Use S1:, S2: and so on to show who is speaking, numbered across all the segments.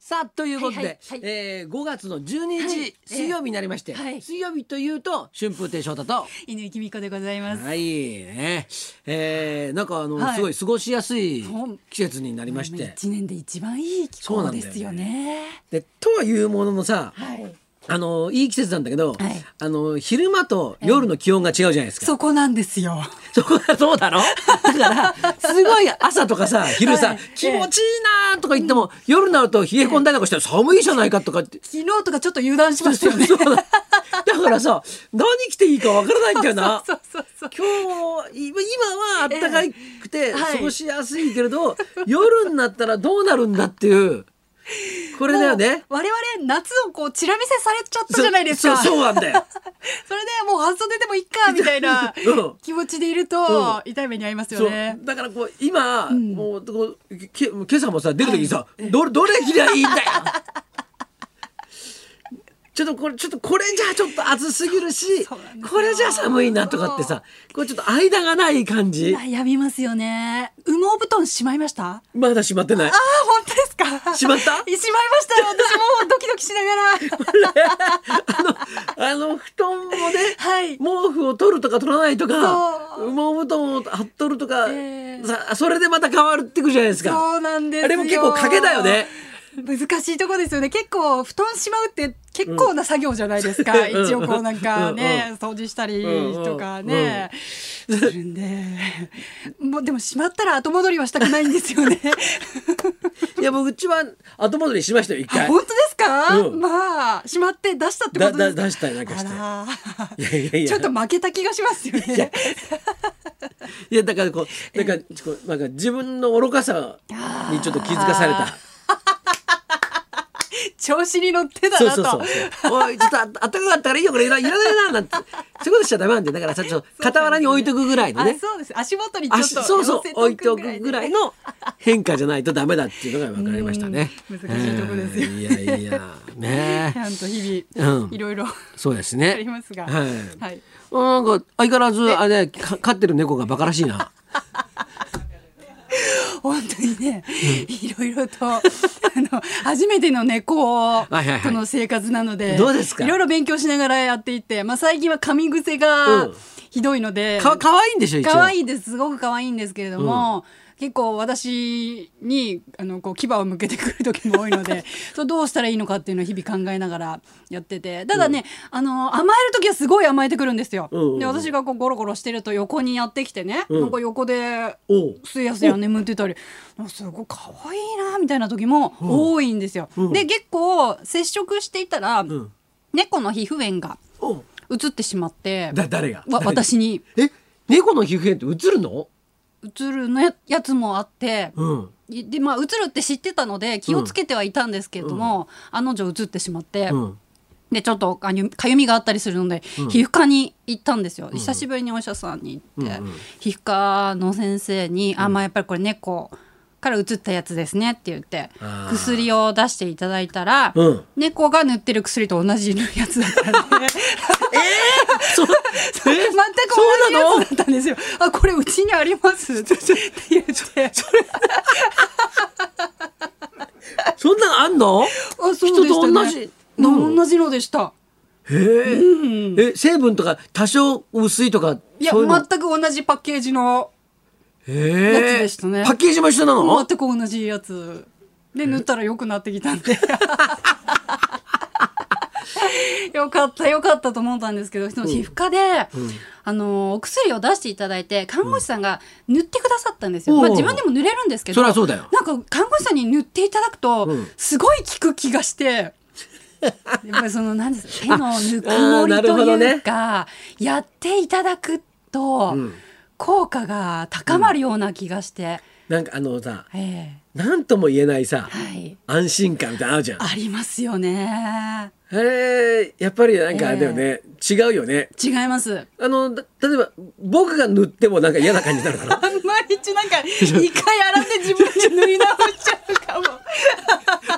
S1: さあということで、
S2: はいはいはい
S1: えー5月の12日、
S2: はい
S1: 水曜日になりまして、
S2: ええはい
S1: 水曜日というと春風亭昇太と。
S2: 犬きみこでございます。
S1: はいねえー、なんかあの、
S2: はい
S1: すごい過ごしやすい
S2: そう
S1: 季節になりまし
S2: もう
S1: て
S2: 一年で一番いい気
S1: そうな
S2: 候
S1: んだ
S2: で
S1: よね
S2: すよね。
S1: でとはいうもののさ
S2: はい。
S1: あのいい季節なんだけど、
S2: はい
S1: あの昼間と夜の気温が違うじゃないですか、
S2: そこなんですよ。
S1: そこがそうだろだからすごい朝とかさ昼さ、
S2: はい
S1: 気持ちいいなとか言っても、夜になると冷え込んだりとかして寒いじゃないかとかって。
S2: 昨日とかちょっと油断しましたよね。
S1: そうだだからさ何着ていいかわからないんだよな。
S2: そうそうそう。
S1: 今日今はあったかくて
S2: えはい
S1: 過ごしやすいけれど、夜になったらどうなるんだっていうこれだよね
S2: もう。我々夏をこうチラ見せされちゃったじゃないですか。
S1: そそうそうなんだよ。
S2: それでもう半袖でもいっかみたいな
S1: うん
S2: 気持ちでいると痛い目に遭います
S1: そう
S2: よね。
S1: だからこう今、
S2: ん
S1: もうこうけ今朝もさ出る時にさ、どどれ着りゃいいんだよちょっとこれちょっとこれじゃちょっと暑すぎるし
S2: そうなんですよ
S1: これじゃ寒いなとかってさこれちょっと間がない感じ
S2: 悩みますよね。羽毛布団しまいました。
S1: まだ閉まってない
S2: ああ本当ですか。
S1: しまった
S2: しまいましたよ。私もうドキドキしなが ら。
S1: あの布団もね、
S2: はい
S1: 毛布を取るとか取らないとか
S2: そ
S1: 羽毛布団を貼っとるとか、
S2: ええ
S1: さそれでまた変わってくじゃないですか。
S2: そうなんですよ。
S1: あれも結構賭けだよね。
S2: 難しいとこですよね。結構布団しまうって結構な作業じゃないですか。
S1: うん
S2: 一応こうなんかね、
S1: う
S2: 掃除したりとかね、するんで、もうでもしまったら後戻りはしたくないんです よね。
S1: いやもううちは後戻りしましたよ一
S2: あ
S1: 回。
S2: 本当ですか？
S1: うん
S2: まあしまって出したってことですか。
S1: だだ出したりなんかして
S2: あら
S1: いやいやいや
S2: ちょっと負けた気がしますよね。
S1: いやだからこうなんかこうなんか自分の愚かさにちょっと気づかされ
S2: あ
S1: た。
S2: 調子に乗ってた
S1: そう
S2: な
S1: そうそう
S2: と。。
S1: おいちょっとああったかかったからいいよこれいらいらないななんてそういうことしちゃダメなんでだからさちょっと傍らに置いとくぐらいの
S2: あ、
S1: ね。
S2: そうです。足元にちょ
S1: あ
S2: っと
S1: そうそう置いておく
S2: で
S1: ぐらいの変化じゃないとダメだっていうのが分かりましたね。
S2: うん難しいとこですよ
S1: えーいやいやね
S2: ちゃんと日
S1: う
S2: 々
S1: ん
S2: いろいろ
S1: そうです
S2: あり
S1: ね。
S2: ますが、
S1: はい
S2: はい、
S1: なんか相変わらずあれか飼ってる猫がバカらしいな。
S2: 本当にね、いろいろとあの初めての猫
S1: いはいはい
S2: との生活なので、
S1: どうですか
S2: いろいろ勉強しながらやっていて、まあ最近は噛み癖
S1: う
S2: が
S1: ん
S2: ひどいので、
S1: か可愛いんでしょ一応。
S2: 可愛いですすごく可愛いんですけれども、結構私にあのこう牙を向けてくる時も多い のでそれどうしたらいいのかっていうのを日々考えながらやっててただね、あの甘える時はすごい甘えてくるんですよ。
S1: うんうんうん
S2: で私がこうゴロゴロしてると横にやってきてね、
S1: うん
S2: なんか横で
S1: おう
S2: すやすや眠ってたりなんかすごい可愛いなみたいな時も多いんですよ。
S1: うん
S2: で結構接触していたら、
S1: ん
S2: 猫の皮膚炎が
S1: おう。
S2: 移ってしまって
S1: だ誰が？
S2: わ
S1: 誰が
S2: 私に
S1: え猫の皮膚炎って映るの？
S2: 移るのややつもあって。
S1: うん。
S2: いでまあ、映るって知ってたので気をつけてはいたんですけれども、あの女映ってしまって、
S1: うん。
S2: でちょっとあのかゆみがあったりするので、皮膚科に行ったんですよ、久しぶりにお医者さんに行って、皮膚科の先生に「あまあやっぱりこれ猫から移ったやつですね」って言って
S1: あー
S2: 薬を出していただいたら、
S1: うん
S2: 猫が塗ってる薬と同じやつだったんで
S1: そう。
S2: 全く同じやつだったんですよ「あこれうちにあります」って言 って。
S1: そんなのあんの？
S2: あ、そうでしたね。
S1: 人と同じなの
S2: うん同じのでした。
S1: へえ。え成分とか多少薄いとか
S2: いや、
S1: そういうの。
S2: 全く同じパッケージの、
S1: へえ
S2: やつでしたね
S1: パッケージも一緒なの？
S2: 全く同じやつ。で、塗ったら良くなってきた んで。よかったよかったと思ったんですけどでも皮膚科で、あのお薬を出していただいて看護師さんが塗ってくださったんですよ、
S1: おう
S2: まあ、自分でも塗れるんですけど
S1: そりゃそうだよ
S2: なんか看護師さんに塗っていただくと、
S1: うん
S2: すごい効く気が して。やっぱりその何です手のぬくも
S1: あ
S2: り
S1: ーなるほど
S2: とい
S1: ね
S2: うか、やっていただくと、
S1: うん
S2: 効果が高まるような気がして、
S1: なんかあのさ、
S2: え
S1: なんとも言えないさ
S2: え、はい
S1: 安心感ってあるじゃん。あ
S2: ありますよね
S1: れやっぱりなんかあれだよね、違うよね。
S2: 違います
S1: あのだ例えば僕が塗ってもなんか嫌な感じになるから。
S2: あんまりちなんか一回洗って自分で塗り直しちゃうかも。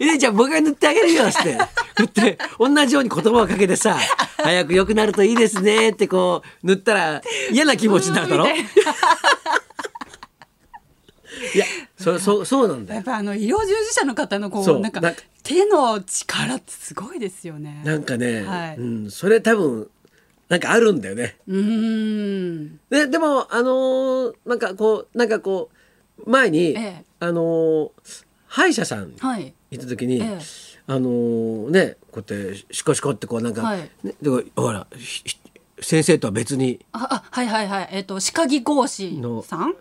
S1: ええじゃあ僕が塗ってあげるよっ つって。塗って同じように言葉をかけてさ「早く良くなるといいですね」ってこう塗 ったら嫌な気持ちになるだろ
S2: みたいない
S1: やそそうそうなんだ
S2: やっ
S1: よ
S2: ぱあの医療従事者の方のこ
S1: そう
S2: うなんか
S1: なんか
S2: 手の力ってすごいですよね。
S1: なんかね、
S2: はい
S1: うん、それ多分なんかあるんだよね
S2: うーん。
S1: ででもあのーなんかこうなんかこう前に、
S2: ええ
S1: あのー歯医者さん
S2: はい。
S1: 行った時に、
S2: ええ
S1: あのーねこうやってシコシコってこうなんか、
S2: はい
S1: ね、でほらひひ先生とは別に
S2: ああはいはいはい。えっ、と歯科技工士
S1: の
S2: さん。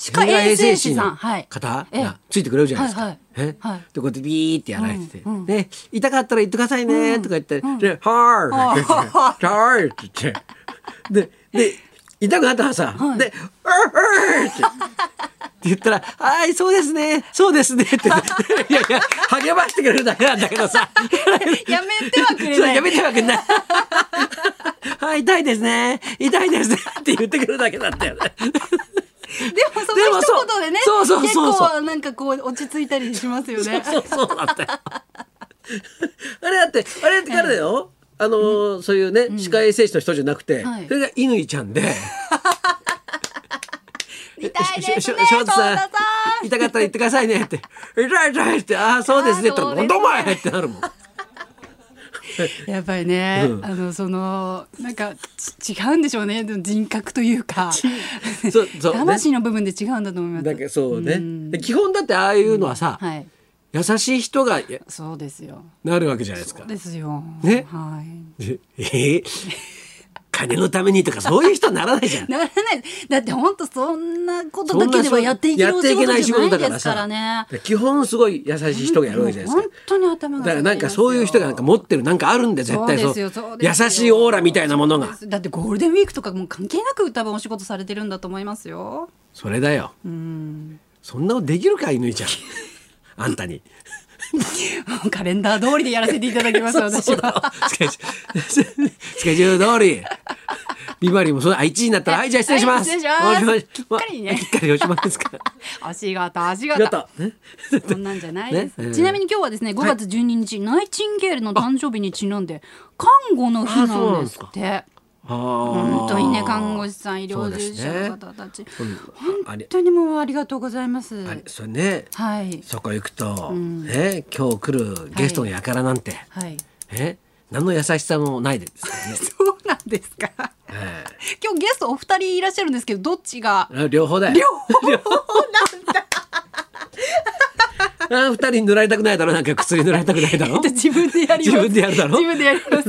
S2: 歯科衛生士さん。はい。
S1: 方
S2: ええ
S1: がついてくれるじゃないですか。
S2: はいはい
S1: え
S2: はい
S1: でこうやってビーってやられてて、
S2: うんうん
S1: で痛かったら言ってくださいねとか言って、ではーい、 はーいって言って、でで痛くなったらさ、
S2: はい
S1: でうーうーって。って言ったら、はい、そうですね、そうですねって言って、いやいや、励ましてくれるだけなんだけど さ。
S2: やめてはくれ
S1: そ
S2: な
S1: う
S2: い。
S1: やめてはくれない。 はい、痛いですね、痛いですねって言ってくるだけだったよね。
S2: でもその一言でね
S1: でもそうそうそうそうそう
S2: 結構なんかこう落ち着いたりしますよ ね。
S1: そうそうだったよ。あれだって、あれだって彼だよ。あのーそういうね、歯科衛生士の人じゃなくて、
S2: はい
S1: それが乾ちゃんで。
S2: 痛い
S1: しょ
S2: で
S1: し
S2: す
S1: ょ
S2: ね。
S1: ショー
S2: 翔
S1: ツ
S2: 太
S1: さ
S2: さ
S1: ん
S2: ん。
S1: 痛かったら言ってくださいねって。痛い痛いって、ああ、そうですねって、
S2: あーそう
S1: な
S2: ですね
S1: んだお前ってなるもん。
S2: やっぱりね、
S1: うん
S2: あのそのなんかち違うんでしょうね人格というか
S1: そうそうね
S2: 魂の部分で違うんだと思います。
S1: だけど、そうね。
S2: ん
S1: で基本だって、ああいうのはさ、
S2: はい、
S1: 優しい人がや
S2: そうですよ。
S1: なるわけじゃないですか。
S2: ですよ。
S1: ね
S2: はい。
S1: でえー 金のためにとか、そういう人ならないじゃん。
S2: ならない。だって本当そんなことだけではやっていけるお仕
S1: やっていけ
S2: 事
S1: ない仕
S2: じゃな
S1: 事
S2: い
S1: だか
S2: で
S1: ら
S2: すからね
S1: さ。。基本すごい優しい人がやるわけじゃないですか
S2: 本。当に頭が
S1: だからなんかそういう人がなんか持ってるなんかあるんで絶対
S2: そ
S1: そ
S2: うですよ
S1: う
S2: そうですよ
S1: 優しいオーラみたいなものが
S2: だってゴールデンウィークとかもう関係なく多分お仕事されてるんだと思いますよ。
S1: それだよ
S2: うん。
S1: そんなのできるか犬ちゃ んあんたに
S2: もうカレンダー通りでやらせていただきます私
S1: そうだ
S2: は。
S1: スケジュールスケジュール通りビバリーもそうだあ1時になったらはいじゃあ失礼します
S2: はい失礼し
S1: も
S2: ます
S1: しもし
S2: きっかりね
S1: まきっかりおしまいです から
S2: お仕事お仕
S1: やっ
S2: 事。
S1: たね
S2: そんなんじゃないです、
S1: ねえー
S2: ちなみに今日はですね5月12日、ナイチンゲールの誕生日にちなんで看護の日
S1: あそう
S2: な
S1: なんで
S2: んですす
S1: か
S2: って。
S1: 本
S2: 本当にね看護師さん医
S1: そ
S2: 療
S1: うです
S2: 従事
S1: ね
S2: 者の方たち、
S1: あれ
S2: 本当にもうありがとうございます。
S1: あれそれね
S2: はい
S1: そこ行くとね今日来るゲストのやからなんて
S2: はい。
S1: え何の優しさもないですよね
S2: そうなんですか。
S1: ええ
S2: 今日ゲストお二人いらっしゃるんですけどどっちが
S1: あ両方だよ。
S2: 両方なんだ。
S1: あー二人に塗られたくないだろなんか薬塗られたくないだろ
S2: 自分でやります。
S1: 自分でやるだろ
S2: 自分でやりま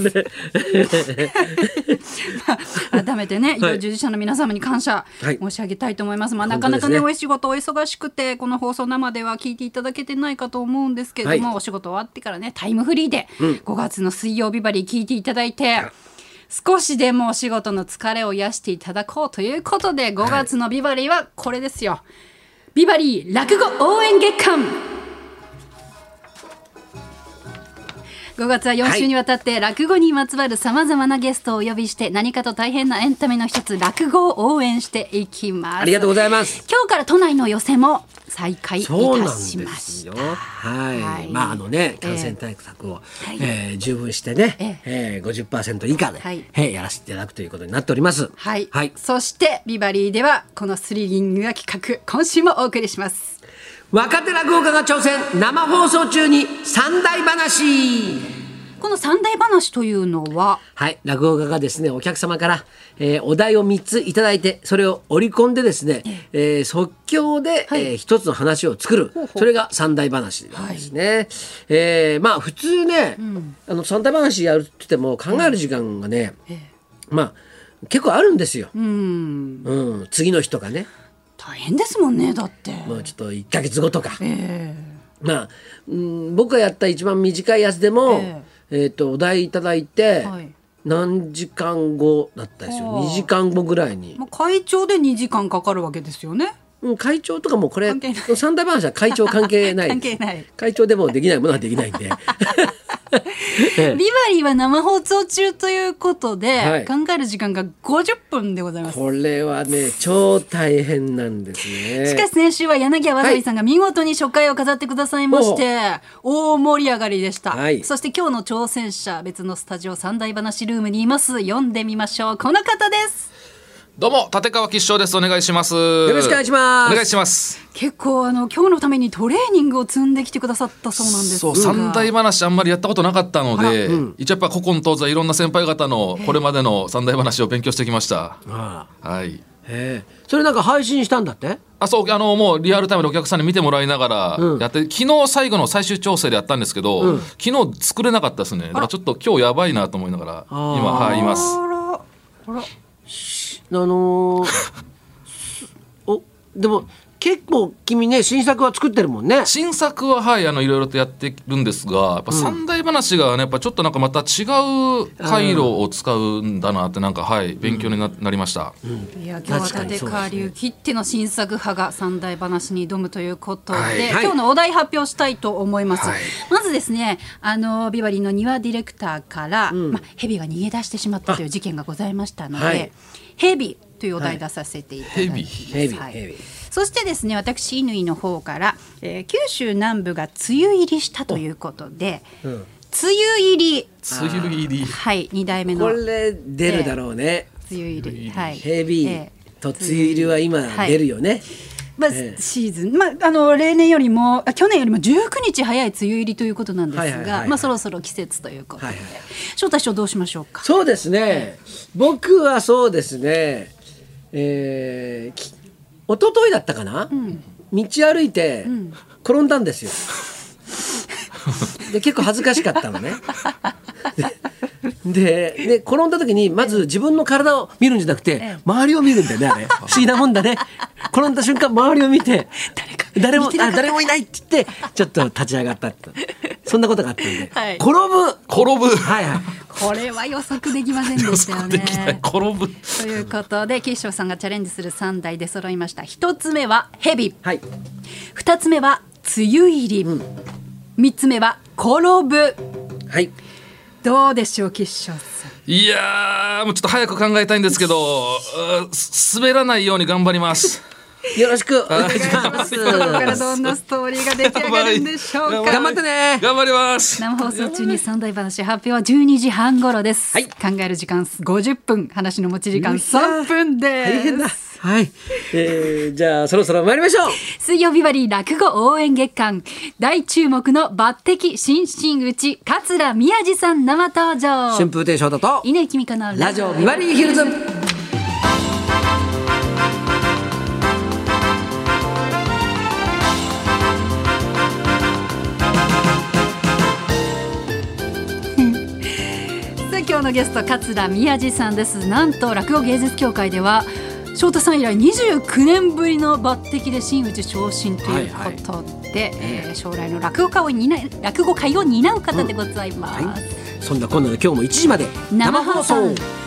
S2: す。 まあ改めてね、医療従事者の皆様に感謝
S1: はい
S2: 申し上げたいと思います。まあ、な
S1: 本
S2: か
S1: 当で
S2: な
S1: す
S2: か
S1: ね
S2: ね、お仕事お忙しくて、この放送生では聞いていただけてないかと思うんですけれども、
S1: はい
S2: お仕事終わってからね、タイムフリーで、5月の水曜日バリー聞いていただいて、少しでもお仕事の疲れを癒していただこうということで、5月のビバリーはこれですよ。ビバリー落語応援月間5月は4週にわたって落語にまつわるさまざまなゲストをお呼びして何かと大変なエンタメの一つ落語を応援していきます
S1: ありがとうございます。
S2: 今日から都内の寄せも再開いた
S1: そうなん
S2: し
S1: で
S2: ますした
S1: よ。はい、
S2: はい
S1: まああのね
S2: ええ
S1: 感染対策を、え
S2: はい
S1: ー十分してね、
S2: え
S1: えー、50%以下で、
S2: はい
S1: えーやらせていただくということになっております。
S2: はい、
S1: はい、
S2: そしてビバリーではこのスリリングな企画今週もお送りします
S1: 若手落語家が挑戦生放送中に三大話。
S2: この三大話というのは
S1: はい、落語家がですね、お客様から、えーお題を3ついただいて、それを織り込んでですね、えー即興で、
S2: はい
S1: え1つの話を作る
S2: ほうほう
S1: それが三大話なんですね。えーまあ普通ね、あの三大話やるって言っても考える時間がね、まあ結構あるんですよ。
S2: うん
S1: うん、次の日とかね、
S2: 大変ですもんねだって、
S1: まあ、ちょっと1ヶ月後とか。
S2: え
S1: まあ、うん、僕がやった一番短いやつでも、え
S2: え
S1: ーとお題いただいて、
S2: はい
S1: 何時間後だったんですよ
S2: はあ
S1: 2時間後ぐらいに
S2: え、まあ、会長で2時間かかるわけですよね
S1: うん、会長とかもこれ
S2: 関係ない
S1: 三大 話は会長関係ない
S2: 関係ない
S1: 会長でもできないものはできないん でええ
S2: ビバリーは生放送中ということで、
S1: はい
S2: 考える時間が50分でございます。
S1: これはね超大変なんですね
S2: しかし先週は柳家わさびさんが見事に初回を飾ってくださいまして、大盛り上がりでした、
S1: はい
S2: そして今日の挑戦者別のスタジオ三大話ルームにいます読んでみましょうこの方です
S3: どうも立川吉祥ですお願いします
S1: よろしくお願いします
S3: お願いします
S2: 結構あの今日のためにトレーニングを積んできてくださったそうなんです
S3: そう三大話あんまりやったことなかったので、一応やっぱ古今東西いろんな先輩方のこれまでの三大話を勉強してきました、
S1: ああ
S3: はい
S1: へえそれなんか配信したんだって
S3: あそうあのもうリアルタイムでお客さんに見てもらいながらやって、昨日最後の最終調整でやったんですけど、昨日作れなかったですねだからちょっと今日やばいなと思いながら今はいいます
S2: あらあら
S1: あ のーすおでも結構君ね新作は作ってるもんね
S3: 新作ははいあのいろいろとやってるんですがやっぱ三大話がねやっぱちょっとなんかまた違う回路を使うんだなってなんかはい勉強にななりました、
S2: いや今日は立
S1: 確か
S2: 川
S1: にそうですね
S2: 流きっての新作派が三大話に挑むということで、
S1: はいはい
S2: 今日のお題発表したいと思います、
S1: はい
S2: まずですねあのビバリーの庭ディレクターから、まあ、ヘビが逃げ出してしまったという事件がございましたので、
S1: はい
S2: ヘビというお題出させていただいて、
S3: はい
S1: ヘビ
S2: はい
S1: ヘビ
S2: そしてですね私乾の方から、えー九州南部が梅雨入りしたということで、梅雨入り
S3: 梅雨入り
S2: はい二代目の
S1: こ
S2: 梅
S1: れ出るだろうね、
S2: 雨入り、はい、
S1: ヘビ
S2: えー
S1: と梅雨入りは今出るよね、
S2: まあ、
S1: ええ
S2: シーズン、まあ、あの例年よりもあ去年よりも19日早い梅雨入りということなんですが、
S1: はいはいはいはい
S2: まあ、そろそろ季節ということで、
S1: はいはい
S2: 翔太師匠どうしましょうか
S1: そうですね僕はそうですねえー、き一昨日だったかな、道歩いて転んだんですよ、で結構恥ずかしかったのねでで転んだ時にまず自分の体を見るんじゃなくて
S2: え
S1: 周りを見るんだよねあれ不思議なもんだね転んだ瞬間周りを見て
S2: 誰か
S1: 誰も
S2: 見てな
S1: あ
S2: かった
S1: 誰もいないって言ってちょっと立ち上がったってそんなことがあったんで、
S2: はい
S1: 転ぶ
S3: 転ぶ
S1: はいはい
S2: これは予測できませんでしたよ
S3: できない
S2: ね。
S3: 転ぶ
S2: ということで岸翔さんがチャレンジする3題で揃いました1つ目は「ヘビ
S1: はい」
S2: 2つ目は「梅雨入り」3つ目は「転ぶ
S1: はい」
S2: どうでしょう岸翔さん。
S3: いやーもうちょっと早く考えたいんですけどうーす滑らないように頑張り ます
S1: よろしくお願いしま
S2: ここから
S1: す。
S2: どんなストーリーが出来上がるんでしょうか。
S1: 頑張ってね。
S3: 頑張ります
S2: 生放送中に三大話発表は12時半頃です、
S1: はい
S2: 考える時間50分話の持ち時間3分です
S1: 大変だ。はい。えー、じゃあそろそろ参りましょう。
S2: 水曜日バリー落語応援月間大注目の抜擢新進口桂宮治さん生登場
S1: 春風亭昇太と
S2: 稲井君香の
S1: ラジオビバリーヒルズ。
S2: さあ今日のゲスト桂宮治さんですなんと落語芸術協会では翔太さん以来29年ぶりの抜擢で真打ち昇進ということで、えー将来の落語家を担い落語界を担う方でございます、
S1: そんなこんなで今日も1時まで
S2: 生放送
S1: 生